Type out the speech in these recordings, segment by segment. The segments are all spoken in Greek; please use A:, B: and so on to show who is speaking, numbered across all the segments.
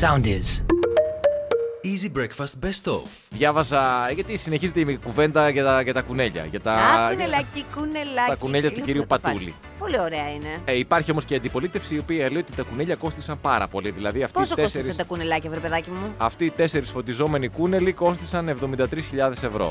A: Sound is.
B: Easy Breakfast Best Of.
C: Διάβασα. Γιατί συνεχίζεται η κουβέντα για τα, για τα κουνέλια. Για τα...
D: Α, κουνελάκι, κουνελάκι.
C: ναι. Τα κουνέλια
D: έτσι,
C: του
D: λίγο
C: κυρίου
D: που θα τα πάρεις.
C: Πατούλη.
D: Πολύ ωραία είναι.
C: Ε, υπάρχει όμως και αντιπολίτευση η οποία λέει ότι τα κουνέλια κόστησαν πάρα πολύ. Δηλαδή αυτοί
D: Πόσο
C: οι τέσσερι
D: κόστησε τα κουνελάκια, βρε παιδάκι μου.
C: αυτοί οι τέσσερις φωτιζόμενοι κούνελοι κόστησαν 73.000 ευρώ.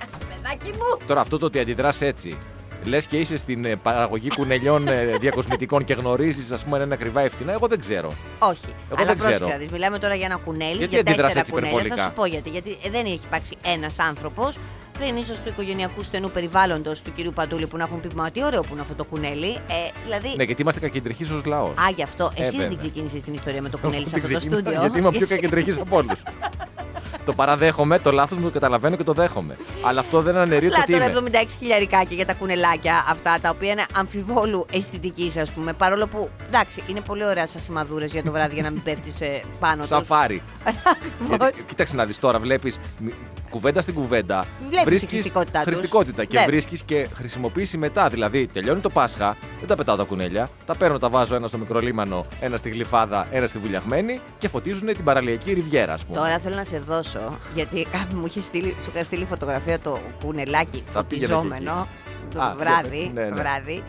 D: Κάτσε, παιδάκι μου.
C: Τώρα αυτό το ότι αντιδράς έτσι. Λες και είσαι στην ε, παραγωγή κουνελιών ε, διακοσμητικών και γνωρίζεις ας πούμε αν είναι ακριβά ή φτηνά. Εγώ δεν ξέρω.
D: Όχι.
C: Εγώ
D: αλλά
C: δεν ξέρω.
D: πρόσεχε να δεις, Μιλάμε τώρα για ένα κουνέλι,
C: Γιατί
D: για
C: αντιδράς
D: τέσσερα
C: έτσι
D: κουνέλια.
C: υπερβολικά?
D: Θα σου πω γιατί. Γιατί ε, δεν έχει υπάρξει ένας άνθρωπος πλην ίσως του οικογενειακού στενού περιβάλλοντος του κυρίου Πατούλη που να έχουν πει Μα τι ωραίο που είναι αυτό το κουνέλι. Ε, δηλαδή.
C: Ναι, γιατί είμαστε κακεντρεχείς ως λαός.
D: Α, γι' αυτό.
C: Ε,
D: Εσύ δεν
C: βέβαια.
D: την ξεκίνησες την ιστορία με το
C: Εγώ
D: κουνέλι σε
C: δεν
D: αυτό το
C: ξεκινάω,
D: στούντιο.
C: Γιατί είμαι ο πιο κακεντρεχής από όλους. το παραδέχομαι, το λάθος μου το καταλαβαίνω και το δέχομαι. Αλλά αυτό δεν αναιρεί το
D: Απλά
C: τι είμαι.
D: τώρα 76 χιλιαρικάκια για τα κουνελάκια αυτά τα οποία είναι αμφιβόλου αισθητική, ας πούμε. Παρόλο που εντάξει, είναι πολύ ωραία σαν σημαδούρες για το βράδυ για να μην πέφτει πάνω του.
C: Σαφάρι. Γιατί, κοίταξε να δεις τώρα, βλέπεις κουβέντα στην κουβέντα.
D: Βλέπεις τη χρηστικότητά τους. Ναι.
C: χρηστικότητα και
D: Βλέπεις.
C: βρίσκεις και χρησιμοποίηση μετά. Δηλαδή, τελειώνει το Πάσχα, δεν τα πετάω τα κουνέλια, τα παίρνω, τα βάζω ένα στο μικρό λίμανο, ένα στη γλυφάδα, ένα στη βουλιαγμένη και φωτίζουν την παραλιακή ριβιέρα, ας πούμε.
D: Τώρα θέλω να σε δώσω, γιατί α, μου είχε στείλει, σου είχα στείλει φωτογραφία το κουνελάκι
C: Τα πήγαινε
D: φωτιζόμενο το
C: Α,
D: βράδυ,
C: ναι, ναι,
D: το
C: ναι.
D: βράδυ.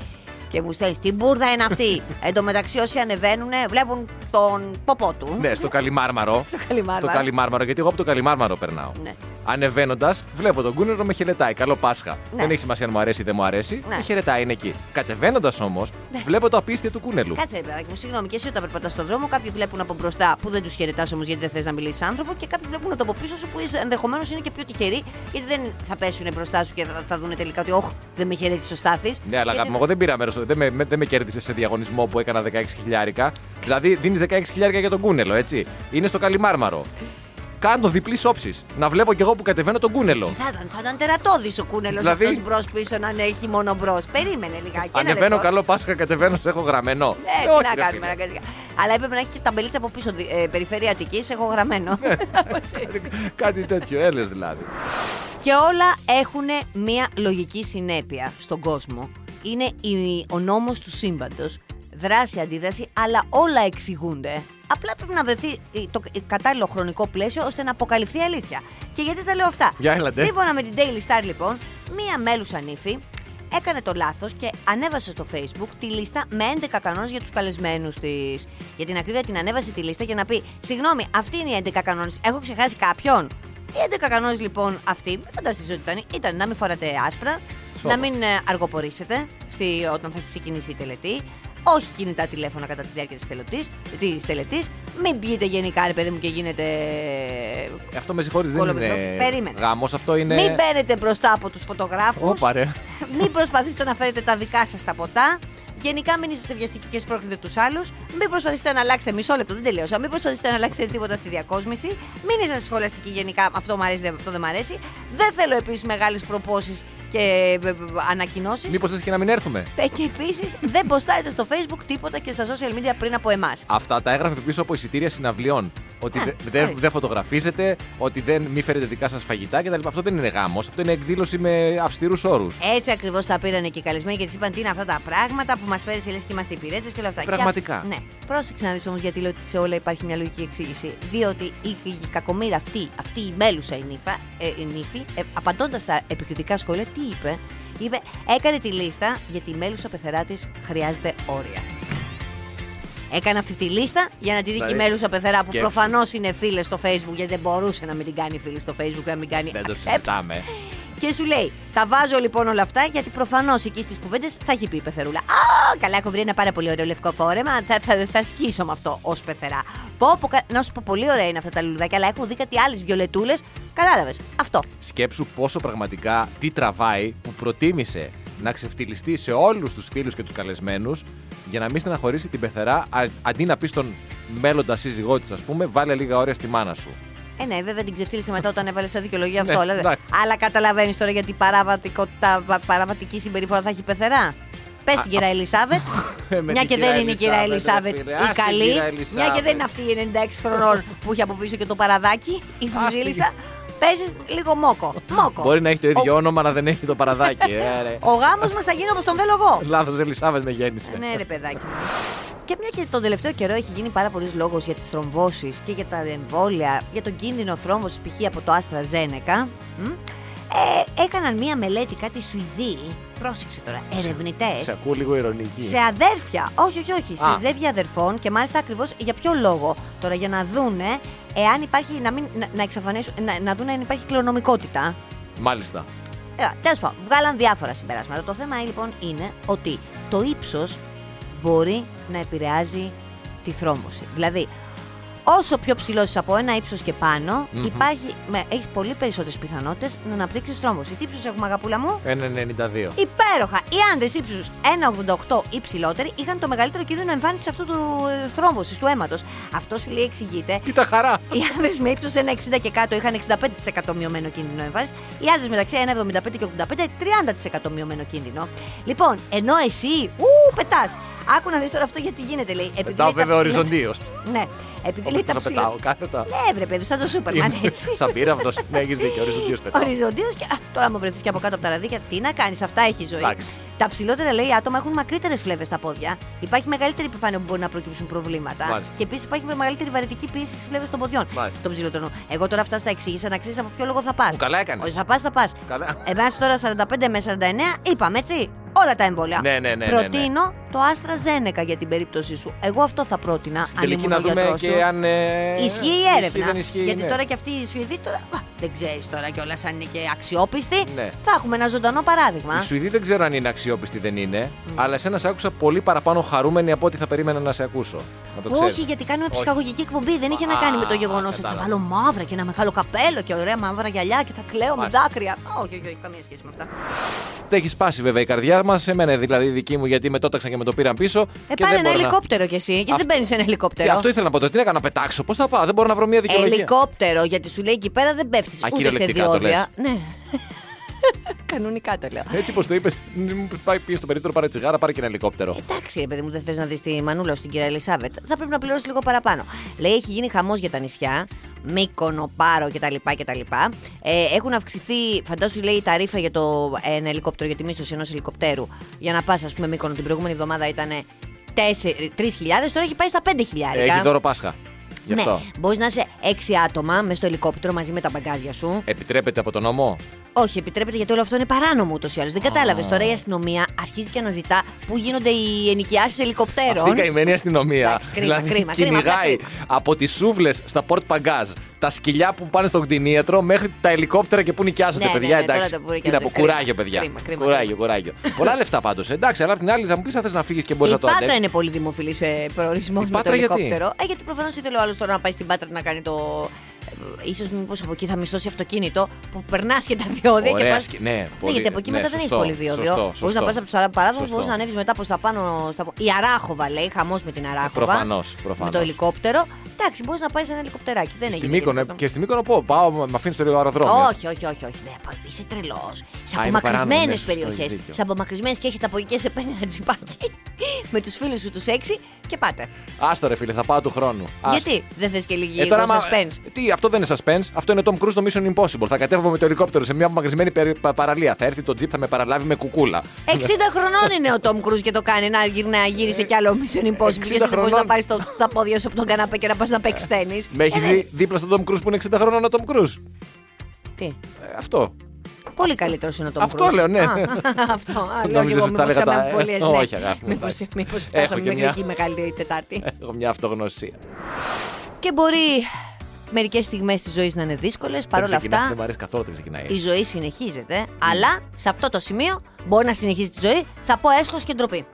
D: Και μου στέλνεις, τι μπουρδα είναι αυτή. Εν τω μεταξύ, όσοι ανεβαίνουν, βλέπουν τον ποπό του.
C: Ναι, στο καλιμάρμαρο.
D: Στο καλυμάρμα.
C: στο καλιμάρμαρο, γιατί εγώ από το καλιμάρμαρο περνάω.
D: Ναι.
C: Ανεβαίνοντας, βλέπω τον κούνερο με χαιρετάει. Καλό Πάσχα.
D: Ναι.
C: Δεν έχει σημασία αν μου αρέσει ή δεν μου αρέσει.
D: Ναι.
C: Με χαιρετάει, είναι εκεί. Κατεβαίνοντας όμως, βλέπω το απίστευτο του κούνελου.
D: Κάτσε, ρε παιδάκι μου, συγγνώμη, και εσύ όταν περπατάς στον δρόμο, κάποιοι βλέπουν από μπροστά που δεν τους χαιρετάς όμως γιατί δεν θες να μιλήσεις άνθρωπο και κάποιοι βλέπουν από πίσω σου που ενδεχομένως είναι και πιο τυχεροί γιατί δεν θα πέσουν μπροστά σου και θα, θα δουν τελικά ότι, Ωχ, δεν με χαιρέτησε ο Στάθης.
C: Ναι, αλλά αγάπη μου, εγώ δεν πήρα μέρος. Δεν με, με- δεν με κέρδισε σε διαγωνισμό που έκανα 16 χιλιάρικα. Δηλαδή, δίνεις 16 χιλιάρικα για τον κούνελο, έτσι. Είναι στο καλιμάρμαρο. Κάνω διπλής όψης. Να βλέπω κι εγώ που κατεβαίνω τον κούνελο.
D: Θα ήταν, θα ήταν τερατώδης ο κούνελος
C: Δηλαδή-
D: αυτός μπρος πίσω να ναι, έχει μόνο μπρος. Περίμενε λιγάκι. ένα
C: Ανεβαίνω,
D: λεπτό.
C: καλό Πάσχα, κατεβαίνω, σε έχω γραμμένο.
D: Ναι,
C: όχι,
D: τι να
C: ρε φίλε.
D: κάνουμε αναγκαστικά. Αλλά έπρεπε να έχει και ταμπελίτσα από πίσω. δι- Ε, περιφέρεια Αττικής, έχω
C: Ναι,
D: γραμμένο.
C: Κάτι τέτοιο, έλες δηλαδή.
D: και όλα έχουν μία λογική συνέπεια στον κόσμο. Είναι η- ο νόμος του σύμπαντος. Δράση, αντίδραση, αλλά όλα εξηγούνται. Απλά πρέπει να βρεθεί ε, το κατάλληλο χρονικό πλαίσιο ώστε να αποκαλυφθεί η αλήθεια. Και γιατί τα λέω αυτά.
C: Για έλατε.
D: Σύμφωνα με την Daily Star, λοιπόν, μία μέλουσα νύφη έκανε το λάθος και ανέβασε στο Facebook τη λίστα με 11 κανόνες για τους καλεσμένους της. Για την ακρίβεια, την ανέβασε τη λίστα για να πει: Συγγνώμη, αυτοί είναι οι 11 κανόνες. Έχω ξεχάσει κάποιον. Οι 11 κανόνες λοιπόν αυτοί, μην φανταστείτε ότι ήταν, ήταν να μην φοράτε άσπρα,
C: Σώμα.
D: να μην ε, αργοπορήσετε στη, όταν θα ξεκινήσει η τελετή, όχι κινητά τηλέφωνα κατά τη διάρκεια της τελετής, της τελετής, μην πιείτε γενικά, ρε παιδί μου, και γίνετε ε,
C: Αυτό με συγχωρείς, δεν
D: Κολοπετρό.
C: είναι
D: Περίμενε.
C: γάμος, αυτό είναι.
D: μην μπαίνετε μπροστά από τους φωτογράφους.
C: Όπα, ρε.
D: Μην προσπαθήσετε να φέρετε τα δικά σας τα ποτά. Γενικά μην είστε βιαστικοί και σπρώχνετε τους άλλους. Μην προσπαθήσετε να αλλάξετε μισό λεπτό, δεν τελείωσα. Μην προσπαθήσετε να αλλάξετε τίποτα στη διακόσμηση. Μην είστε σχολαστικοί γενικά. Αυτό μου αρέσει, δεν- αυτό δεν μου αρέσει. Δεν θέλω επίσης μεγάλες προπόσεις και ε, ανακοινώσεις.
C: Μήπως θες και να μην έρθουμε.
D: Ε, Και επίσης δεν ποστάρετε στο facebook τίποτα και στα social media πριν από εμάς.
C: Αυτά τα έγραφε πίσω από εισιτήρια συναυλιών. Ότι
D: Α,
C: δε- δεν
D: ορίστε.
C: δεν φωτογραφίζετε, ότι δεν μη φέρετε δικά σας φαγητά κτλ. Αυτό δεν είναι γάμος. Αυτό είναι εκδήλωση με αυστηρούς όρους.
D: Έτσι ακριβώς τα πήραν και οι καλεσμένοι και τη είπαν τι είναι αυτά τα πράγματα που μας φέρεις λες και είμαστε υπηρέτε και όλα αυτά. Και
C: Πραγματικά.
D: αυ- Ναι. Πρόσεξε να δεις όμως γιατί λέω ότι σε όλα υπάρχει μια λογική εξήγηση. Διότι η, η κακομήρα αυτή, αυτή η μέλουσα η, νύφα, ε, η νύφη, ε, απαντώντας στα επικριτικά σχόλια, τι είπε. Είπε, έκανε τη λίστα γιατί η μέλουσα πεθερά της χρειάζεται όρια. Έκανε αυτή τη λίστα για να τη δει και η
C: Δηλαδή,
D: μέλουσα πεθερά που
C: σκέψου.
D: προφανώς είναι φίλες στο Facebook γιατί δεν μπορούσε να μην την κάνει φίλη στο Facebook, να μην κάνει
C: Δεν το
D: accept.
C: συζητάμε.
D: Και σου λέει, τα βάζω λοιπόν όλα αυτά γιατί προφανώς εκεί στις κουβέντες θα έχει πει η πεθερούλα. Α, καλά, έχω βρει ένα πάρα πολύ ωραίο λευκό φόρεμα. Θα, θα, θα σκίσω με αυτό ως πεθερά. Πω, πω, κα- να σου πω, πολύ ωραία είναι αυτά τα λουλουδάκια, αλλά έχω δει κάτι άλλες βιολετούλες. Κατάλαβες. Αυτό.
C: Σκέψου πόσο πραγματικά τι τραβάει που προτίμησε να ξεφτυλιστεί σε όλους τους φίλους και τους καλεσμένους για να μην στεναχωρήσει την πεθερά α- αντί να πεις στον μέλλοντα σύζυγό της, ας πούμε, βάλε λίγα όρια στη μάνα σου.
D: Ε, ναι, βέβαια την ξεφτύλισε μετά όταν έβαλε σαν δικαιολογία αυτό.
C: Ναι,
D: αλλά,
C: εντάξει.
D: αλλά καταλαβαίνεις τώρα γιατί παραβατικότητα, πα- παραβατική συμπεριφορά θα έχει η πεθερά. Πες την κυρία Ελισάβετ.
C: Με
D: μια
C: την
D: και
C: κυρία
D: δεν είναι η κυρία
C: Ελισάβετ,
D: Ελισάβετ
C: ρε
D: η
C: φίλε, ας την
D: καλή.
C: κυρία
D: Μια και
C: Ελισάβετ.
D: δεν είναι αυτή η 96 χρονών που έχει από πίσω και το παραδάκι, η Βουζίλισσα. Παίζεις λίγο μόκο. μόκο.
C: Μπορεί να έχει το ίδιο
D: Ο,
C: όνομα, αλλά δεν έχει το παραδάκι. ε, ρε.
D: ο γάμος μας θα γίνει όπως τον θέλω εγώ.
C: Λάθος, Ελισάβετ με γέννησε.
D: ναι, ρε Ναι, παιδάκι. μου. Και μια και τον τελευταίο καιρό έχει γίνει πάρα πολλή λόγος για τις θρομβώσεις και για τα εμβόλια, για τον κίνδυνο θρόμβωσης π.χ. από το Άστρα Ζένεκα. Ε, έκαναν μία μελέτη κάτι Σουηδοί. Πρόσεξε τώρα, ερευνητές.
C: Σε ακούω λίγο ηρωνική.
D: Σε αδέρφια. Όχι, όχι, όχι. Σε
C: Α.
D: ζεύγια αδερφών και μάλιστα ακριβώς για ποιο λόγο. Τώρα για να δούνε εάν υπάρχει. Να, μην, να, να εξαφανίσουν. Να, να δούνε αν υπάρχει κληρονομικότητα.
C: Μάλιστα.
D: Ε, Τέλος πάντων, βγάλαν διάφορα συμπεράσματα. Το θέμα ε, λοιπόν είναι ότι το ύψος μπορεί να επηρεάζει τη θρόμβωση. Δηλαδή, όσο πιο ψηλός είσαι από ένα ύψος και πάνω,
C: Μμμ.
D: υπάρχει, με, έχεις πολύ περισσότερες πιθανότητες να αναπτύξεις θρόμβωση. Τι ύψο έχουμε, αγαπούλα μου?
C: 1,92.
D: Υπέροχα! Οι άντρες ύψους 1,88 ή ψηλότεροι είχαν το μεγαλύτερο κίνδυνο εμφάνιση αυτού του θρόμβωση του αίματος. Αυτός σου λέει εξηγείται
C: Κοίτα χαρά.
D: οι άντρες με ύψος 1,60 και κάτω είχαν 65% μειωμένο κίνδυνο εμφάνισης. Οι άντρες μεταξύ 1,75 και 85 30% μειωμένο κίνδυνο. Λοιπόν, ενώ εσύ, ου, πετάς. Άκου να δεις τώρα αυτό γιατί γίνεται, λέει. Επειδή
C: Πετάω
D: λέει τα
C: βέβαια
D: ψηλά-
C: οριζοντίως.
D: Ναι, επειδή λέει
C: Όπω
D: τα
C: θα
D: ψηλά.
C: πετάω, κάθετα.
D: Ναι, βρε παιδί, σαν το Σούπερμαν έτσι.
C: Σαν πύραυλος. Ναι, έχεις δίκιο. Οριζοντίως πετάω.
D: Οριζοντίως και. Α, τώρα μου βρεθείς και από κάτω από τα ραδίκια. Τι να κάνεις, αυτά έχει η ζωή.
C: Εντάξει.
D: Τα ψηλότερα λέει άτομα έχουν μακρύτερες φλέβες στα πόδια. Υπάρχει μεγαλύτερη επιφάνεια που μπορεί να προκύψουν προβλήματα.
C: Μάλιστα.
D: Και επίσης υπάρχει μεγαλύτερη βαρετική πίεση στις φλέβες των ποδιών.
C: Μάλιστα.
D: Των ψηλότερων. Εγώ τώρα αυτά στα εξήγησα να ξέρεις από ποιο λόγο θα πας.
C: Που καλά έκανες.
D: θα πας, θα πας.
C: Καλά.
D: Εμάς τώρα 45 με 49 είπαμε έτσι. Όλα τα εμβόλια.
C: Ναι, ναι, ναι, ναι, ναι.
D: Προτείνω το Άστρα Ζένεκα για την περίπτωσή σου. Εγώ αυτό θα πρότεινα.
C: Στην
D: αν
C: τελική
D: ήμουν
C: να
D: ο
C: δούμε
D: γιατρός σου.
C: και αν. ε,
D: Ισχύει η έρευνα.
C: δεν ισχύει,
D: Γιατί
C: ναι.
D: τώρα και αυτοί οι Σουηδοί τώρα. α, δεν ξέρεις τώρα κιόλας αν είναι και αξιόπιστοι.
C: Ναι.
D: Θα έχουμε ένα ζωντανό παράδειγμα.
C: Οι Σουηδοί δεν ξέρω αν είναι αξιόπιστοι δεν είναι, αλλά εσένα σε άκουσα πολύ παραπάνω χαρούμενοι από ό,τι θα περίμενα να σε ακούσω. Να το ξέρεις.
D: Όχι, γιατί κάνουμε
C: Όχι.
D: ψυχαγωγική εκπομπή. Δεν είχε να κάνει με το
C: Α,
D: γεγονό ότι θα
C: κατάλαβα.
D: βάλω μαύρα και ένα μεγάλο καπέλο και ωραία μαύρα γυαλιά και θα κλαίω με
C: Μάλιστα.
D: δάκρυα. Όχι, όχι, όχι, καμία σχέση με αυτά.
C: Τα έχει σπάσει βέβαια η καρδιά μας, εμένα δηλαδή η δική μου, γιατί με τόταξαν και με το πήραν πίσω.
D: Ε,
C: και
D: πάρε
C: δεν
D: ένα
C: μπορώ να-
D: ελικόπτερο κι εσύ. Γιατί
C: Αυτό-
D: δεν παίρνει
C: Τι,
D: ένα ελικόπτερο.
C: αυτό ήθελα να πω τώρα. Τι να κάνω, να πετάξω. Πώς θα πάω, δεν μπορώ να βρω μια δικαιολογία.
D: Ελικόπτερο, γιατί σου λέει εκεί πέρα δεν πέφτεις
C: Α,
D: ούτε σε
C: κυριολεκτικά το
D: διόδια. Ναι. Κανονικά το λέω.
C: Έτσι πως το είπες, πάει πίσω στο περίπτωρο, πάρε τσιγάρα, πάρε και ένα ελικόπτερο.
D: Εντάξει, ρε παιδί μου, δεν θες να δεις τη μανούλα στην κυρία Ελισάβετ. Θα πρέπει να πληρώσεις λίγο παραπάνω. Λέει, έχει γίνει χαμός για τα νησιά. Μήκονο, πάρο κτλ. κτλ. Ε, έχουν αυξηθεί, φαντάσου λέει, τα ρήφα για το, ε, ένα ελικόπτερο, για τη μίσθωση ενός ελικοπτέρου. Για να πας, ας πούμε, Μήκονο την προηγούμενη εβδομάδα ήταν 3.000, τώρα έχει πάει στα 5.000.
C: Έχει δώρο Πάσχα. Γι' αυτό.
D: Ναι, μπορείς να είσαι 6 άτομα μες στο ελικόπτερο μαζί με τα μπαγκάζια σου.
C: Επιτρέπεται από τον νόμο.
D: Όχι, επιτρέπεται γιατί όλο αυτό είναι παράνομο ούτως ή άλλως. Δεν κατάλαβες. Τώρα η αστυνομία αρχίζει και αναζητά πού γίνονται οι ενοικιάσεις ελικοπτέρων.
C: Αυτή η καημένη αστυνομία. Δηλαδή,
D: Εντάξει, κρίμα, κρίμα, κρίμα,
C: κυνηγάει
D: απλά
C: από τις σούβλες στα πόρτ παγκάζ, τα σκυλιά που πάνε στον κτηνίατρο μέχρι τα ελικόπτερα και που νοικιάζονται,
D: Ναι, ναι,
C: παιδιά.
D: ναι, τώρα
C: εντάξει.
D: το μπορεί και
C: Κοίτα,
D: αυτό.
C: από
D: Κρίμα,
C: κουράγιο, παιδιά.
D: κρίμα, κρίμα,
C: κουράγιο,
D: κρίμα.
C: κουράγιο. Πολλά λεφτά πάντως. Εντάξει, αλλά απ' την άλλη θα μου πεις αν θες να φύγεις και μπορείς
D: Και
C: να
D: η
C: το
D: Πάτρα
C: αντέξει.
D: είναι πολύ δημοφιλής σε προορισμός
C: Η
D: με το
C: Πάτρα γιατί?
D: ελικόπτερο. Ε, γιατί προφανώς ήθελε ο άλλος τώρα να πάει στην Πάτρα να κάνει το. σω μήπως από εκεί θα μισθώσει αυτοκίνητο που περνάς και τα διόδια και
C: Ωραία,
D: πας.
C: σκ- ναι, πολύ-
D: γιατί από εκεί
C: ναι,
D: μετά δεν έχει
C: σωστό,
D: πολύ διόδιο.
C: σωστό,
D: Μπορείς να
C: σωστό.
D: πας από του παράδομου,
C: Σωστό. Ε,
D: μπορεί να ανέβεις μετά προς τα πάνω. Στα... Η Αράχοβα λέει, χαμός με την Αράχοβα.
C: Προφανώς, προφανώς.
D: Με το ελικόπτερο. Εντάξει, μπορείς να πάεις σε ένα ελικοπτεράκι. Δεν
C: Στη
D: έγινε.
C: Μύκονο,
D: τίποτα.
C: και στη Μύκονο πω, πάω, με αφήνεις το λίγο αεροδρόμιο.
D: Όχι, όχι, όχι, όχι. Δεν, πάω. είσαι τρελός. Σε
C: Α, είναι παράνομο,
D: απομακρυσμένε
C: ναι, σωστό,
D: περιοχέ.
C: έχει δίκιο.
D: Σε απομακρυσμένες και έχετε από εκεί και σε παίρνει ένα τσιπάκι με τους φίλους σου τους έξι και πάτε.
C: Άστο ρε φίλε, θα πάω του χρόνου. Άστο.
D: Γιατί δεν θες και λίγη
C: Ε, τώρα, άμα-
D: suspense.
C: Τι, αυτό δεν είναι suspense. Αυτό είναι Tom Cruise το Mission Impossible. Θα κατέβω με το ελικόπτερο σε μια απομακρυσμένη περι- πα- παραλία. Θα έρθει το τζιπ, θα με παραλάβει με κουκούλα.
D: 60 χρονών είναι ο Τόμ Κρούζ και το κάνει να, γυρ, να γύρισε κι άλλο Mission Impossible.
C: 60
D: Και εσύ δεν μπορείς να
C: Ε, χρονών.
D: πάρεις τα πόδια σου από τον καναπέ και να πας να Ε, παίξει τέννη.
C: Με έχεις δει δίπλα στον Tom Cruise που είναι 60 χρόνων ο Tom Cruise.
D: Τι.
C: Ε, αυτό.
D: Πολύ καλύτερος είναι ο Τόμ
C: Αυτό λέω, ναι.
D: αυτό. Α, λέω και
C: Νόμιζα
D: εγώ
C: ότι τα
D: μήπως
C: λέγα τα-
D: κάναμε πολλές, ναι.
C: Όχι, αγάπη μου,
D: Μήπως-
C: εντάξει.
D: Μήπως
C: Έχω
D: φτάσαμε
C: και
D: μέχρι
C: μια-
D: εκεί μεγάλη Τετάρτη.
C: Έχω μια αυτογνωσία.
D: Και μπορεί μερικές στιγμές της ζωής να είναι δύσκολες. Παρ' όλα
C: δεν ξεκινάς,
D: αυτά,
C: Δεν μου αρέσει καθόλου δεν ξεκινάει.
D: η ζωή συνεχίζεται. Αλλά σε αυτό το σημείο μπορεί να συνεχίζει τη ζωή. Θα πω έσχος και ντροπή.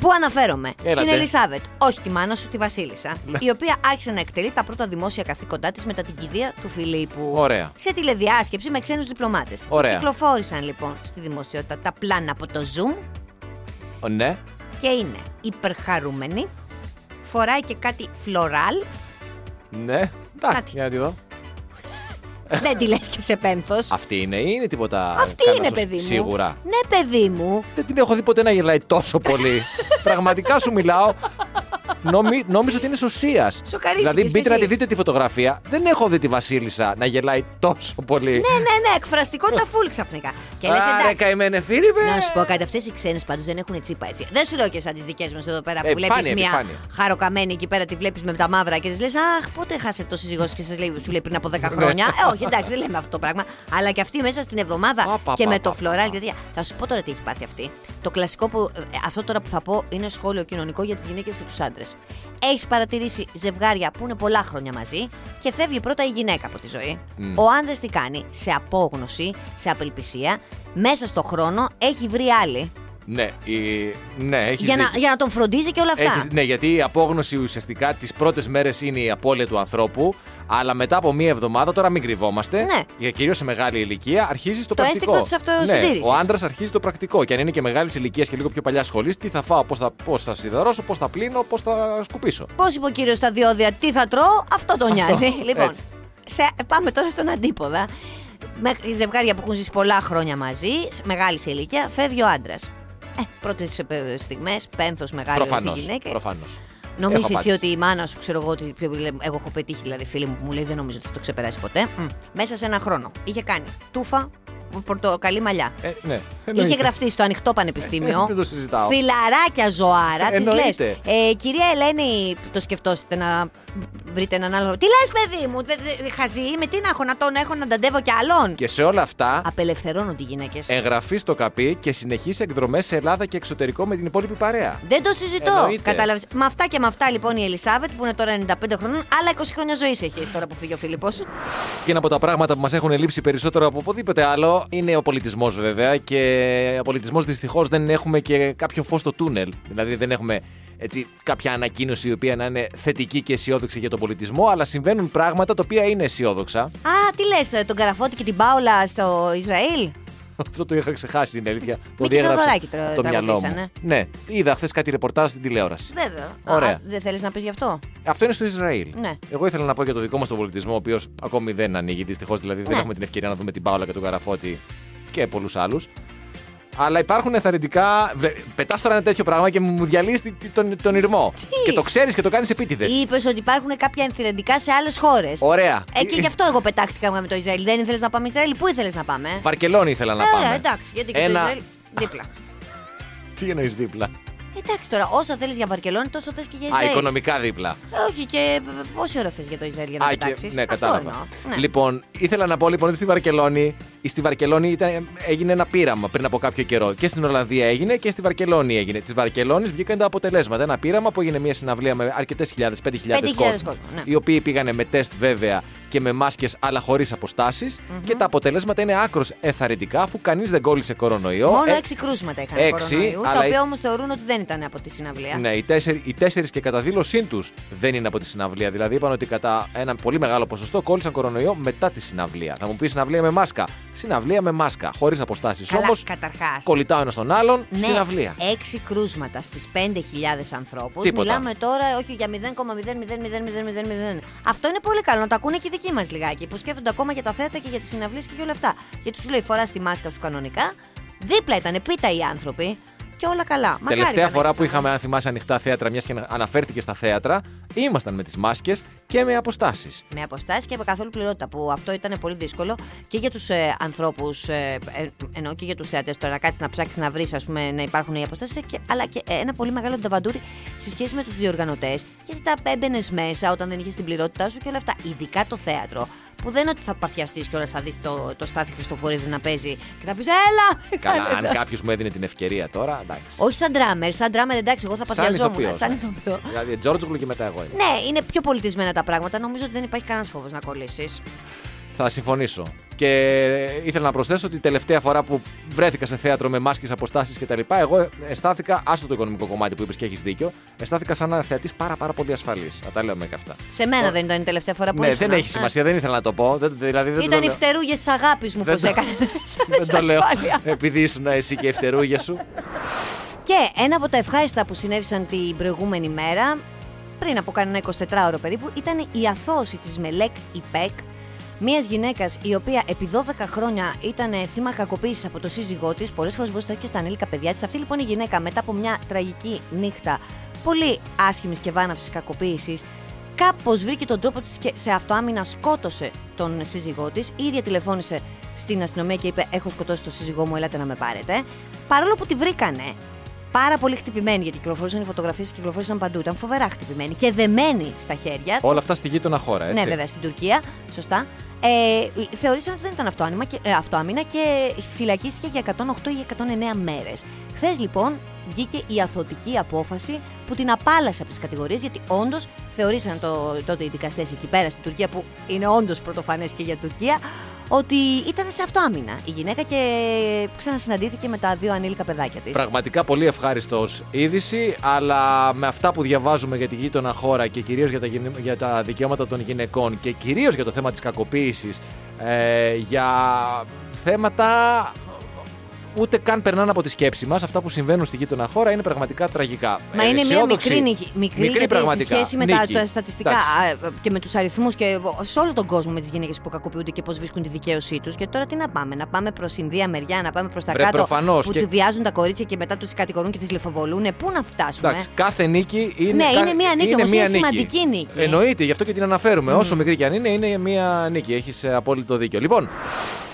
D: Πού αναφέρομαι,
C: Έλατε. Ναι.
D: στην Ελισάβετ, όχι τη μάνα σου, τη Βασίλισσα, η οποία άρχισε να εκτελεί τα πρώτα δημόσια καθήκοντά της μετά την κηδεία του Φιλίππου.
C: Ωραία.
D: Σε τηλεδιάσκεψη με ξένους διπλωμάτες.
C: Ωραία.
D: Κυκλοφόρησαν λοιπόν στη δημοσιότητα τα πλάνα από το Zoom
C: Ω, Ναι.
D: και είναι υπερχαρούμενη, φοράει και κάτι φλωράλ,
C: Ναι.
D: Κάτι.
C: Εντάξει, για να τη δω.
D: δεν τη λες και σε πένθος.
C: Αυτή είναι ή είναι τίποτα.
D: Αυτή
C: κανένας
D: είναι,
C: ως-
D: παιδί μου.
C: Σίγουρα.
D: Ναι, παιδί μου.
C: Δεν την έχω δει ποτέ να γελάει τόσο πολύ. Πραγματικά σου μιλάω. Νομι- νόμιζα ότι είναι σωσία.
D: Σοκαρίστηκες
C: Δηλαδή,
D: κι
C: μπείτε να
D: εσύ.
C: τη δείτε τη φωτογραφία. Δεν έχω δει τη Βασίλισσα να γελάει τόσο πολύ.
D: Ναι, ναι, ναι, εκφραστικότητα φουλ ξαφνικά. Και λες
C: Άρε,
D: εντάξει.
C: καημένε φίλη, με.
D: Να σου πω κάτι, αυτές οι ξένες πάντως δεν έχουν τσίπα έτσι. Δεν σου λέω και σαν τις δικές μας εδώ πέρα
C: Ε,
D: που βλέπει
C: επιφάνεια,
D: μια
C: επιφάνεια.
D: χαροκαμένη εκεί πέρα, τη βλέπεις με τα μαύρα και της λες Αχ, πότε χάσε το σύζυγό σου και σας λέει, σου λέει πριν από 10
C: Ναι.
D: χρόνια. ε, όχι, εντάξει, δεν λέμε αυτό το πράγμα. Αλλά και αυτή μέσα στην εβδομάδα
C: Πα, πα,
D: και
C: πα,
D: με
C: πα,
D: το
C: πα,
D: φλωράλι
C: πα.
D: και τέτοια. Θα σου πω τώρα τι έχει πάθει αυτή. Το κλασικό που. ε, Αυτό τώρα που θα πω είναι σχόλιο κοινωνικό για τις γυναίκες και τους άντρες. Έχεις παρατηρήσει ζευγάρια που είναι πολλά χρόνια μαζί και φεύγει πρώτα η γυναίκα από τη ζωή. Ο άντρα τι κάνει, σε απόγνωση, σε απελπισία, μέσα στο χρόνο έχει βρει άλλη.
C: Ναι, η- ναι, έχεις
D: Για να,
C: δίκιο.
D: για να τον φροντίζει και όλα αυτά.
C: Έχεις- ναι, γιατί η απόγνωση ουσιαστικά τις πρώτες μέρες είναι η απώλεια του ανθρώπου. Αλλά μετά από μία εβδομάδα, τώρα μην κρυβόμαστε.
D: Ναι.
C: Για κυρίως σε μεγάλη ηλικία, αρχίζει το,
D: Το
C: πρακτικό.
D: ένστικτο της
C: ναι,
D: αυτοσυντήρησης.
C: Ο άντρας αρχίζει το πρακτικό. Και αν είναι και μεγάλης ηλικίας και λίγο πιο παλιά σχολή, τι θα φάω, πώς θα, πώς θα σιδερώσω, πώς θα πλύνω, πώς θα σκουπίσω.
D: Πώς είπε ο κύριος στα διόδια, τι θα τρώω, αυτό τον νοιάζει. Λοιπόν,
C: Έτσι.
D: σε, πάμε τώρα στον αντίποδα. Με ζευγάρια που έχουν ζήσει πολλά χρόνια μαζί, σε μεγάλη σε ηλικία, φεύγει ο άντρας. Ε, Πρώτες στιγμές, πένθος μεγάλο στη
C: Προφανώ.
D: γυναίκα.
C: Προφανώς.
D: Νομίζει
C: Έχω
D: εσύ
C: απάντηση.
D: ότι η μάνα σου, ξέρω εγώ, ότι πιο- εγώ έχω πετύχει δηλαδή φίλη μου που μου λέει δεν νομίζω ότι θα το ξεπεράσει ποτέ. Μμ. Μέσα σε ένα χρόνο είχε κάνει τούφα, πορτοκαλί μαλλιά.
C: Ε, ναι.
D: Είχε
C: Εννοείται.
D: γραφτεί στο ανοιχτό πανεπιστήμιο.
C: Ε, δεν το συζητάω.
D: Φιλαράκια ζωάρα. Τη λες.
C: Εννοείται.
D: Ε, κυρία Ελένη, το σκεφτόσετε να βρείτε έναν άλλο. Τι λες, παιδί μου, δε, δε, χαζή είμαι, τι να έχω να τον έχω να ταντεύω κι άλλον.
C: Και Ε, σε όλα αυτά,
D: Απελευθερώνονται οι γυναίκες.
C: εγγραφή στο καπί και συνεχείς εκδρομές σε Ελλάδα και εξωτερικό με την υπόλοιπη παρέα.
D: Δεν το συζητώ.
C: εννοείται.
D: Κατάλαβες. Με αυτά και με αυτά λοιπόν η Ελισάβετ που είναι τώρα 95 χρονών, άλλα 20 χρόνια ζωής έχει τώρα που φύγει ο Φίλιππος.
C: Και ένα από τα πράγματα που μας έχουν λείψει περισσότερο από οπουδήποτε άλλο είναι ο πολιτισμός, βέβαια. Και ο πολιτισμός δυστυχώς δεν έχουμε και κάποιο φως στο τούνελ. Δηλαδή δεν έχουμε έτσι, κάποια ανακοίνωση η οποία να είναι θετική και αισιόδοξη για τον πολιτισμό, αλλά συμβαίνουν πράγματα τα οποία είναι αισιόδοξα.
D: Α, τι λες, τον Καραφώτη και την Πάολα στο Ισραήλ.
C: Αυτό το είχα ξεχάσει την αλήθεια. Το
D: Μίκη
C: διέγραψα
D: Θεοδωράκη τρο-
C: από το μυαλό μου.
D: τραγουδήσανε.
C: Ναι, είδα χθες κάτι ρεπορτάζ στην τηλεόραση.
D: Βέβαια.
C: Ωραία.
D: Α, Δεν θέλεις να πεις γι' αυτό.
C: Αυτό είναι στο Ισραήλ.
D: Ναι.
C: Εγώ ήθελα να πω για το δικό μας τον πολιτισμό, ο οποίος ακόμη δεν ανοίγει. Δυστυχώς δηλαδή δεν
D: Ναι.
C: έχουμε την ευκαιρία να δούμε την Πάολα και τον Καραφώτη και πολλούς άλλους. Αλλά υπάρχουν εθαρρυντικά. Πετάς τώρα ένα τέτοιο πράγμα και μου διαλύεις τον, τον ηρμό. Και το ξέρεις και το κάνεις επίτηδες.
D: Είπες ότι υπάρχουν κάποια ενθυρεντικά σε άλλες χώρες.
C: Ωραία.
D: Ε, και γι' αυτό εγώ πετάχτηκα με το Ισραήλ. Δεν ήθελες να πάμε Ισραήλ. Πού ήθελες να πάμε. ε?
C: Βαρκελόνη ήθελα να
D: Ε,
C: πάμε.
D: Ωραία, εντάξει, γιατί και
C: Ένα-
D: το Ισραήλ. Δίπλα.
C: Τι εννοείς δίπλα.
D: Εντάξει τώρα, όσο θέλεις για Βαρκελόνη, τόσο θες και για
C: Α,
D: Ισραήλ.
C: οικονομικά δίπλα.
D: Ε, Όχι, και ε, πόση ώρα θες για το Ισραήλ για να
C: Α, και-
D: πετάξεις.
C: ναι, κατάλαβα.
D: Αυτό εννοώ. Ναι.
C: Λοιπόν, ήθελα να πω λοιπόν ότι στη Βαρκελόνη, στη Βαρκελόνη ήταν, έγινε ένα πείραμα πριν από κάποιο καιρό. Και στην Ολλανδία έγινε και στη Βαρκελόνη έγινε. Της Βαρκελόνης βγήκαν τα αποτελέσματα. Ένα πείραμα που έγινε μια συναυλία με αρκετές χιλιάδες, 5.000
D: 5.000
C: κόσμου.
D: κόσμο, ναι.
C: Οι οποίοι πήγανε με τεστ βέβαια και με μάσκες αλλά χωρίς Και τα αποτελέσματα είναι άκρος εθαρρυντικά αφού κανείς δεν κόλλησε κορονοϊό.
D: Μόνο
C: Ε,
D: έξι κρούσματα είχαν
C: έξι,
D: κορονοϊού, τα
C: αλλά- ε-
D: οποία όμως θεωρούν ότι δεν ήταν από τη συναυλία.
C: ναι, οι τέσσερι οι τέσσερις και κατά δήλωσή τους δεν είναι από τη συναυλία. Δηλαδή είπαν ότι κατά ένα πολύ μεγάλο ποσοστό κόλλησαν κορονοϊό μετά τη συναυλία. Θα μου πεις συναυλία με μάσκα. Συναυλία με μάσκα, χωρίς αποστάσεις
D: Καλά,
C: όμως.
D: καταρχάς.
C: Κολλητά ο ένα τον άλλον.
D: Ναι,
C: Συναυλία.
D: έξι κρούσματα στις 5.000 ανθρώπους.
C: Τίποτα.
D: Μιλάμε τώρα όχι για 0,0000000. Αυτό είναι πολύ καλό να το ακούνε και οι δικοί μας λιγάκι που σκέφτονται ακόμα για τα θέατα και για τις συναυλίες και για όλα αυτά. Γιατί σου λέει φοράς τη μάσκα σου κανονικά. Δίπλα ήταν πίτα οι άνθρωποι και όλα καλά. Μακάρι
C: Τελευταία
D: να ε.
C: φορά που
D: έτσι.
C: είχαμε, αν θυμάσαι, ανοιχτά θέατρα, μιας και αναφέρθηκε στα θέατρα, ήμασταν με τις μάσκες και με αποστάσεις.
D: με αποστάσεις και με καθόλου πληρότητα. Που αυτό ήταν πολύ δύσκολο και για τους ε, ανθρώπους, ε, ε, εννοώ και για τους θεατές. Τώρα να κάτσεις να ψάξεις να βρεις, ας πούμε, να υπάρχουν οι αποστάσεις, αλλά και ένα πολύ μεγάλο νταβαντούρι σε σχέση με τους διοργανωτές. Γιατί τα έμπαινες μέσα όταν δεν είχες την πληρότητά σου και όλα αυτά. Ειδικά το θέατρο. Που δεν είναι ότι θα παθιαστείς και όλας θα δεις το, το Στάθη Χριστοφορίδη να παίζει και θα πεις Έλα!
C: Ε, Καλά,
D: κάνε
C: αν
D: τα».
C: κάποιος μου έδινε την ευκαιρία τώρα, εντάξει.
D: Όχι σαν ντράμερ, σαν ντράμερ εντάξει, εγώ θα παθιαζόμουν.
C: ηθοποιός,
D: Σαν
C: ναι.
D: ηθοποιό.
C: Δηλαδή, Τζόρτζουγκλου και μετά εγώ. είμαι.
D: Ναι, είναι πιο πολιτισμένα τα πράγματα. Νομίζω ότι δεν υπάρχει κανένας φόβος να κολλήσεις.
C: Θα συμφωνήσω. Και ήθελα να προσθέσω ότι η τελευταία φορά που βρέθηκα σε θέατρο με μάσκες, αποστάσεις κτλ., εγώ αισθάνθηκα, άστο το οικονομικό κομμάτι που είπες και έχεις δίκιο, αισθάνθηκα σαν ένα θεατής πάρα, πάρα πολύ ασφαλής. Να τα λέμε και αυτά.
D: Σε μένα δεν ήταν η τελευταία φορά που
C: Ναι,
D: ήσουν,
C: δεν
D: α.
C: έχει σημασία, δεν ήθελα να το πω. Δεν, δηλαδή, δεν
D: Ε, Ήταν
C: το
D: οι
C: λέω.
D: φτερούγε της αγάπης μου
C: Δεν
D: που
C: το-
D: έκανε.
C: Δεν το λέω. Επειδή ήσουν εσύ και η ευτερούγια σου.
D: Και ένα από τα ευχάριστα που συνέβησαν την προηγούμενη μέρα, πριν από κανένα 24ωρο περίπου, ήταν η αθώωση της Μελέκ Ιπέκ, μιας γυναίκας η οποία επί 12 χρόνια ήταν ε, θύμα κακοποίησης από το σύζυγό της, πολλές φορές βοηθάει και στα ανήλικα παιδιά της. Αυτή λοιπόν η γυναίκα μετά από μια τραγική νύχτα πολύ άσχημης και βάναυσης κακοποίησης, κάπως βρήκε τον τρόπο της και σε αυτοάμυνα σκότωσε τον σύζυγό της. Η ίδια τηλεφώνησε στην αστυνομία και είπε: Έχω σκοτώσει τον σύζυγό μου, ελάτε να με πάρετε. Παρόλο που τη βρήκανε, πάρα πολύ χτυπημένη γιατί κυκλοφορούσαν οι φωτογραφίες και κυκλοφορούσαν παντού. Ήταν φοβερά χτυπημένη και δεμένη στα χέρια.
C: Όλα αυτά στη γείτονα χώρα, έτσι.
D: Ναι, βέβαια, στην Τουρκία. Σωστά. Ε, θεωρήσαν ότι δεν ήταν αυτοάμυνα και, ε, αυτοάμυνα και φυλακίστηκε για 108 ή 109 μέρες. Χθες λοιπόν βγήκε η αθωτική απόφαση που την απάλασε από τις κατηγορίες, γιατί όντως θεωρήσαν το, τότε οι δικαστές εκεί πέρα στην Τουρκία, που είναι όντως πρωτοφανές και για Τουρκία, ότι ήταν σε αυτοάμυνα η γυναίκα και ξανασυναντήθηκε με τα δύο ανήλικα παιδάκια της.
C: Πραγματικά πολύ ευχάριστος είδηση, αλλά με αυτά που διαβάζουμε για τη γείτονα χώρα και κυρίως για, τα γυν- για τα δικαιώματα των γυναικών και κυρίως για το θέμα της κακοποίησης, ε, για θέματα ούτε καν περνάνε από τη σκέψη μας. Αυτά που συμβαίνουν στη γείτονα χώρα είναι πραγματικά τραγικά.
D: Μα
C: Ε,
D: είναι μια
C: αισιόδοξη.
D: μικρή, νυχ- μικρή, γιατί σε
C: πραγματικά.
D: σχέση με τα,
C: νίκη.
D: τα στατιστικά
C: Εντάξει.
D: α, ε, και με τους αριθμούς και σε όλο τον κόσμο με τις γυναίκες που κακοποιούνται και πώς βρίσκουν τη δικαίωσή τους. Και τώρα τι να πάμε, να πάμε προς Ινδία μεριά, να πάμε προς τα
C: Βρε,
D: κάτω
C: προφανώς
D: που
C: και-
D: τη βιάζουν τα κορίτσια και μετά τους κατηγορούν και τις λιθοβολούν. Πού να φτάσουμε.
C: Εντάξει, κάθε νίκη είναι.
D: Ναι,
C: κα-
D: είναι μία νίκη, όμως
C: μία
D: είναι σημαντική νίκη.
C: Εννοείται, γι' αυτό και την αναφέρουμε. Όσο μικρή κι αν είναι, είναι μία νίκη. Έχεις απόλυτο δίκιο. Λοιπόν,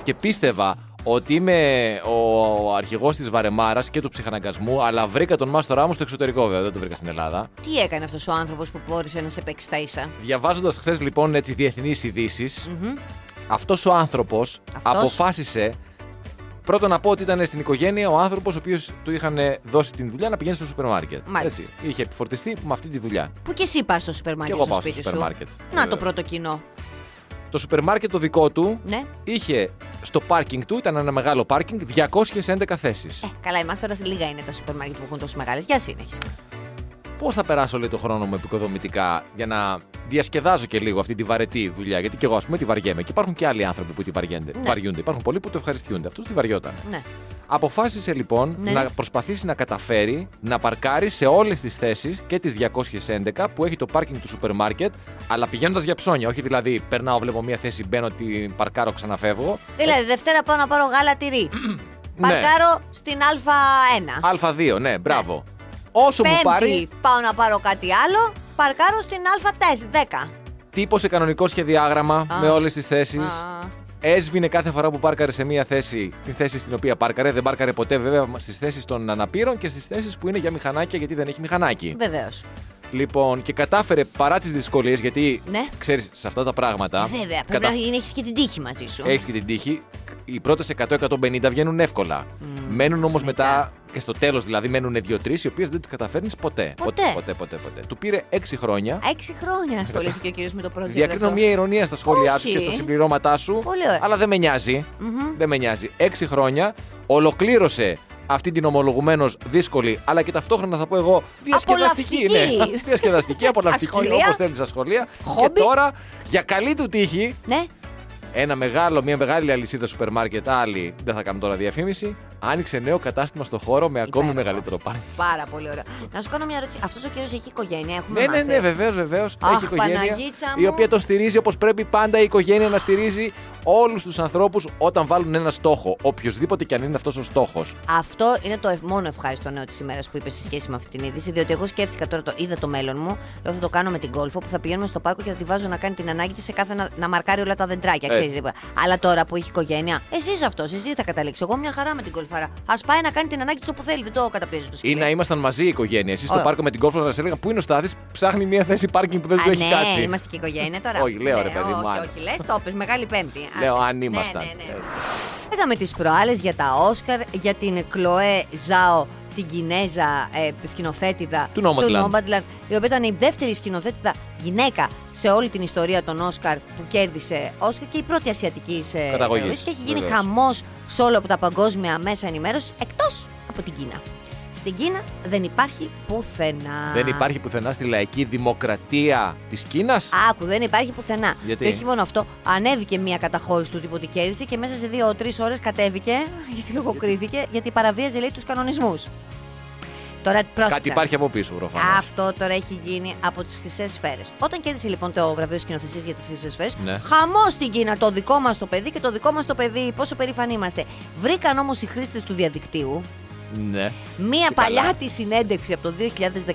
C: και πίστευα ότι είμαι ο αρχηγός της Βαρεμάρας και του ψυχαναγκασμού, αλλά βρήκα τον Μάστορά μου στο εξωτερικό, βέβαια, δεν τον βρήκα στην Ελλάδα.
D: Τι έκανε αυτός ο άνθρωπος που μπόρεσε να σε παίξει τα ίσα.
C: Διαβάζοντας χθες λοιπόν έτσι διεθνείς αυτός ο άνθρωπος αποφάσισε. Πρώτον να πω ότι ήταν στην οικογένεια ο άνθρωπος ο οποίος του είχαν δώσει την δουλειά να πηγαίνει στο σούπερ μάρκετ.
D: Μάλιστα.
C: Έτσι, είχε επιφορτιστεί με αυτή τη δουλειά.
D: Που και εσύ πας στο σούπερ μάρκετ
C: εγώ
D: στο
C: πάω στο
D: σπίτι
C: σούπερ
D: σου.
C: μάρκετ. Ε.
D: Να το
C: Βέβαια.
D: πρώτο κοινό.
C: Το σούπερ μάρκετ το δικό του
D: Ναι.
C: είχε στο πάρκινγκ του, ήταν ένα μεγάλο πάρκινγκ, 211 θέσεις.
D: Ε, καλά, εμάς τώρα λίγα είναι τα σούπερ μάρκετ που έχουν τόσο μεγάλες. Για συνέχισε.
C: Πώς θα περάσω λέει, το χρόνο μου επικοδομητικά για να διασκεδάζω και λίγο αυτή τη βαρετή δουλειά. Γιατί και εγώ, ας πούμε, τη βαριέμαι. Και υπάρχουν και άλλοι άνθρωποι που τη βαριένται,
D: Ναι.
C: βαριούνται. Υπάρχουν πολλοί που το ευχαριστούνται. Αυτό τη βαριόταν.
D: Ναι.
C: Αποφάσισε λοιπόν
D: Ναι.
C: να προσπαθήσει να καταφέρει να παρκάρει σε όλες τις θέσεις και τις 211 που έχει το πάρκινγκ του σούπερ μάρκετ, αλλά πηγαίνοντας για ψώνια. Όχι δηλαδή, περνάω, βλέπω μία θέση, μπαίνω, την παρκάρω, ξαναφεύγω.
D: Δηλαδή, Δευτέρα πάω να πάρω γάλα τυρί.
C: Ε. Ναι.
D: Παρκάρω στην Α1.
C: Α2, ναι, μπράβο. Όσο μου
D: Πέμπτη
C: πάρει,
D: πάω να πάρω κάτι άλλο. Παρκάρω στην Α10.
C: τύπωσε κανονικό σχεδιάγραμμα
D: Α.
C: με όλες τις θέσεις. Έσβηνε κάθε φορά που πάρκαρε σε μία θέση την θέση στην οποία πάρκαρε. Δεν πάρκαρε ποτέ, βέβαια, στις θέσεις των αναπήρων και στις θέσεις που είναι για μηχανάκια, γιατί δεν έχει μηχανάκι.
D: Βεβαίως.
C: Λοιπόν, και κατάφερε παρά τις δυσκολίες, γιατί
D: Ναι.
C: ξέρεις, σε αυτά τα πράγματα.
D: Βέβαια. Πρέπει
C: κατα-
D: να έχεις και την τύχη μαζί σου.
C: Έχεις και την τύχη. Οι πρώτες 100-150 βγαίνουν εύκολα. Μένουν όμως μετά. και στο τέλος δηλαδή μένουν 2-3 οι οποίες δεν τις καταφέρνεις ποτέ.
D: Ποτέ.
C: ποτέ, ποτέ, ποτέ. Του πήρε 6 χρόνια.
D: Έξι χρόνια ασχολήθηκε ο κύριος με το project.
C: Διακρίνω
D: αυτό.
C: μια ηρωνία στα σχόλιά σου
D: Όχι.
C: και στα συμπληρώματά σου.
D: Πολύ ωραία.
C: Αλλά δεν με νοιαζει Δεν με νοιάζει. Έξι χρόνια ολοκλήρωσε αυτή την ομολογουμένως δύσκολη, αλλά και ταυτόχρονα θα πω εγώ διασκεδαστική.
D: Απολαυστική.
C: Ναι, διασκεδαστική, απολαυστική,
D: Ασχολεία.
C: όπως θέλεις στα σχολεία.
D: Χόμπι.
C: Και τώρα για καλή του τύχη.
D: Ναι.
C: Ένα μεγάλο, μια μεγάλη αλυσίδα σούπερ μάρκετ, άλλη, δεν θα κάνω τώρα διαφήμιση, άνοιξε νέο κατάστημα στο χώρο με ακόμη
D: Υπέροχο.
C: μεγαλύτερο πάρκι.
D: Πάρα πολύ ωραία. Να σου κάνω μια ερώτηση. Αυτός ο κύριος έχει οικογένεια. Έχουμε
C: Ναι, ναι,
D: μάθει.
C: ναι, βεβαίως, βεβαίως.
D: Αχ,
C: Έχει οικογένεια.
D: Παναγίτσα
C: Η
D: μου.
C: οποία τον στηρίζει όπως πρέπει πάντα η οικογένεια να στηρίζει όλους τους ανθρώπους όταν βάλουν ένα στόχο. Οποιοδήποτε και αν είναι αυτός ο στόχος.
D: Αυτό είναι το ευ- μόνο ευχάριστο νέο της ημέρας που είπε σε σχέση με αυτή την είδηση. Διότι εγώ σκέφτηκα τώρα, το είδα το μέλλον μου. Λέω θα το κάνω με την κόλφο που θα πηγαίνουμε στο πάρκο και θα τη βάζω να κάνει την ανάγκη της σε κάθε να, να μαρκάρει όλα τα δεντράκια.
C: Έτσι.
D: Ξέρεις, Αλλά τώρα που έχει οικογένεια, εσύ αυτό, εσύ θα καταλήξει. Εγώ μια χαρά με την κολφάρα. Ας πάει να κάνει την ανάγκη της όπου θέλει, δεν το καταπιέζει το
C: Ή
D: σκύλο.
C: να ήμασταν μαζί η οικογένεια. Εσύ στο
D: Ναι. Ωραία.
C: πάρκο με την κόρφωνα να σε έλεγα Πού είναι ο Στάθης, ψάχνει μια θέση πάρκινγκ που δεν του
D: Α,
C: έχει
D: ναι,
C: κάτσει.
D: είμαστε και οικογένεια τώρα.
C: Όχι, λέω,
D: Ναι,
C: ρε παιδί μου,
D: Όχι,
C: αν.
D: όχι, λες, το πες, Μεγάλη Πέμπτη. Α,
C: Λέω, αν
D: ναι,
C: ήμασταν.
D: ναι, ναι. Είδαμε τις προάλλες για τα Όσκαρ, για την Κλοέ Ζάο, την Κινέζα ε, σκηνοθέτηδα
C: Του Nomadland.
D: Nomadland, η οποία ήταν η δεύτερη σκηνοθέτηδα γυναίκα σε όλη την ιστορία των Όσκαρ που κέρδισε Όσκαρ και η πρώτη ασιατική ε,
C: Καταγωγής,
D: επιρροής Και έχει γίνει
C: βεβαίως.
D: χαμός σε όλα από τα παγκόσμια μέσα ενημέρωσης εκτός από την Κίνα. Στην Κίνα δεν υπάρχει πουθενά.
C: Ε, Δεν υπάρχει πουθενά στη λαϊκή δημοκρατία της Κίνας.
D: Άκου, δεν υπάρχει πουθενά.
C: Γιατί?
D: Και όχι μόνο αυτό, ανέβηκε μία καταχώρηση του τύπου ότι κέρδισε και μέσα σε δύο-τρει ώρες κατέβηκε, γιατί λογοκρίθηκε, γιατί παραβίαζε λέει τους κανονισμούς. Τώρα πρόσεξε.
C: Κάτι υπάρχει από πίσω προφανώς.
D: Αυτό τώρα έχει γίνει από τις Χρυσές Σφαίρες. Όταν κέρδισε λοιπόν το βραβείο σκηνοθεσία για τις Χρυσές Σφαίρες,
C: Ναι.
D: χαμός στην Κίνα, το δικό μας το παιδί και το δικό μας το παιδί, πόσο περήφανοι είμαστε. Βρήκαν όμως οι χρήστες του διαδικτύου,
C: Ναι.
D: Μία
C: Και
D: παλιά
C: καλά.
D: τη συνέντευξη από το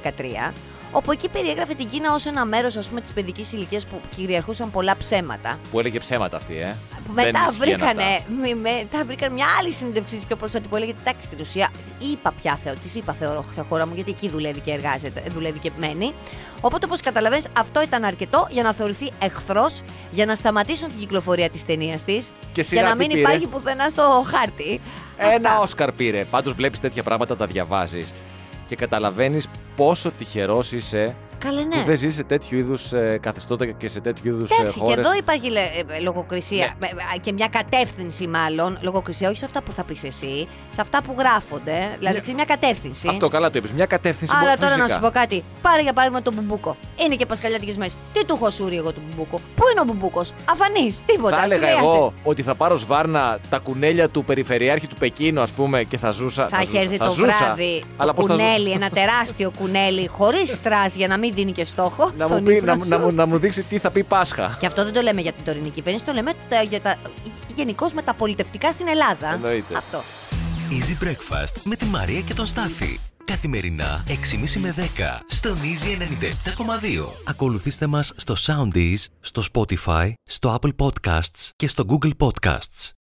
D: 2013, όπου εκεί περιέγραφε την Κίνα ως ένα μέρος της παιδικής ηλικίας που κυριαρχούσαν πολλά ψέματα.
C: Που έλεγε ψέματα αυτή, ε.
D: Που
C: Δεν
D: μετά
C: ισχύουν αυτά.
D: βρήκανε, μη- μετά βρήκαν μια άλλη συνέντευξη της πιο πρόσφατη που έλεγε Εντάξει, στην ουσία είπα πια Θεό, της είπα Θεό στα χώρα μου, γιατί εκεί δουλεύει και εργάζεται, δουλεύει και μένει. Οπότε, όπως καταλαβαίνεις, αυτό ήταν αρκετό για να θεωρηθεί εχθρός, για να σταματήσουν την κυκλοφορία της ταινίας της
C: Και
D: για
C: σιγά
D: να
C: τι
D: μην
C: πήρε.
D: υπάρχει πουθενά στο χάρτη.
C: Ένα
D: Αυτά.
C: Όσκαρ πήρε. Πάντως βλέπεις τέτοια πράγματα, τα διαβάζεις και καταλαβαίνεις πόσο τυχερός είσαι
D: Καλά, ναι.
C: που δεν ζεις σε τέτοιου είδους καθεστώτα και σε τέτοιου είδους χώρε.
D: Εντάξει, και εδώ υπάρχει λε- ε, ε, λογοκρισία
C: Ναι.
D: Ε, ε, και μια κατεύθυνση μάλλον. Λογοκρισία, όχι σε αυτά που θα πεις εσύ, σε αυτά που γράφονται. Δηλαδή, ξέρεις, μια κατεύθυνση.
C: Ναι. Αυτό καλά το είπες. Μια κατεύθυνση
D: Αλλά
C: μπο-
D: τώρα να
C: φυσικά.
D: σου πω κάτι. Πάρε για παράδειγμα τον Μπουμπούκο. Είναι και πασχαλιάτικες μέρες. Τι του έχω σούρει εγώ τον Μπουμπούκο. Πού είναι ο Μπουμπούκος. Αφανή. Τίποτα.
C: Θα
D: Σου
C: έλεγα
D: λέει,
C: εγώ ότι θα πάρω σβάρνα τα κουνέλια του Περιφερειάρχη του Πεκίνου, ας πούμε, και θα ζούσα.
D: Θα έχει
C: ζούσα,
D: έρθει το
C: ζούσα.
D: βράδυ
C: Αλλά
D: το
C: πώς θα ζούσα.
D: κουνέλι, ένα τεράστιο κουνέλι, χωρίς στρας για να μην δίνει και στόχο.
C: Να μου,
D: στον
C: πει,
D: ύπνο
C: να, μου-
D: σου.
C: να, μου, να μου δείξει τι θα πει Πάσχα.
D: Και αυτό δεν το λέμε για την τωρινή κυβέρνηση, το λέμε τα- για τα, γενικώ με τα πολιτευτικά στην Ελλάδα.
C: Εννοείται.
D: Αυτό.
B: Easy Breakfast με τη Μαρία και τον Στάφη. Καθημερινά 6.30 με 10 στον Easy 97.2. Ακολουθήστε μας στο Soundees, στο Spotify, στο Apple Podcasts και στο Google Podcasts.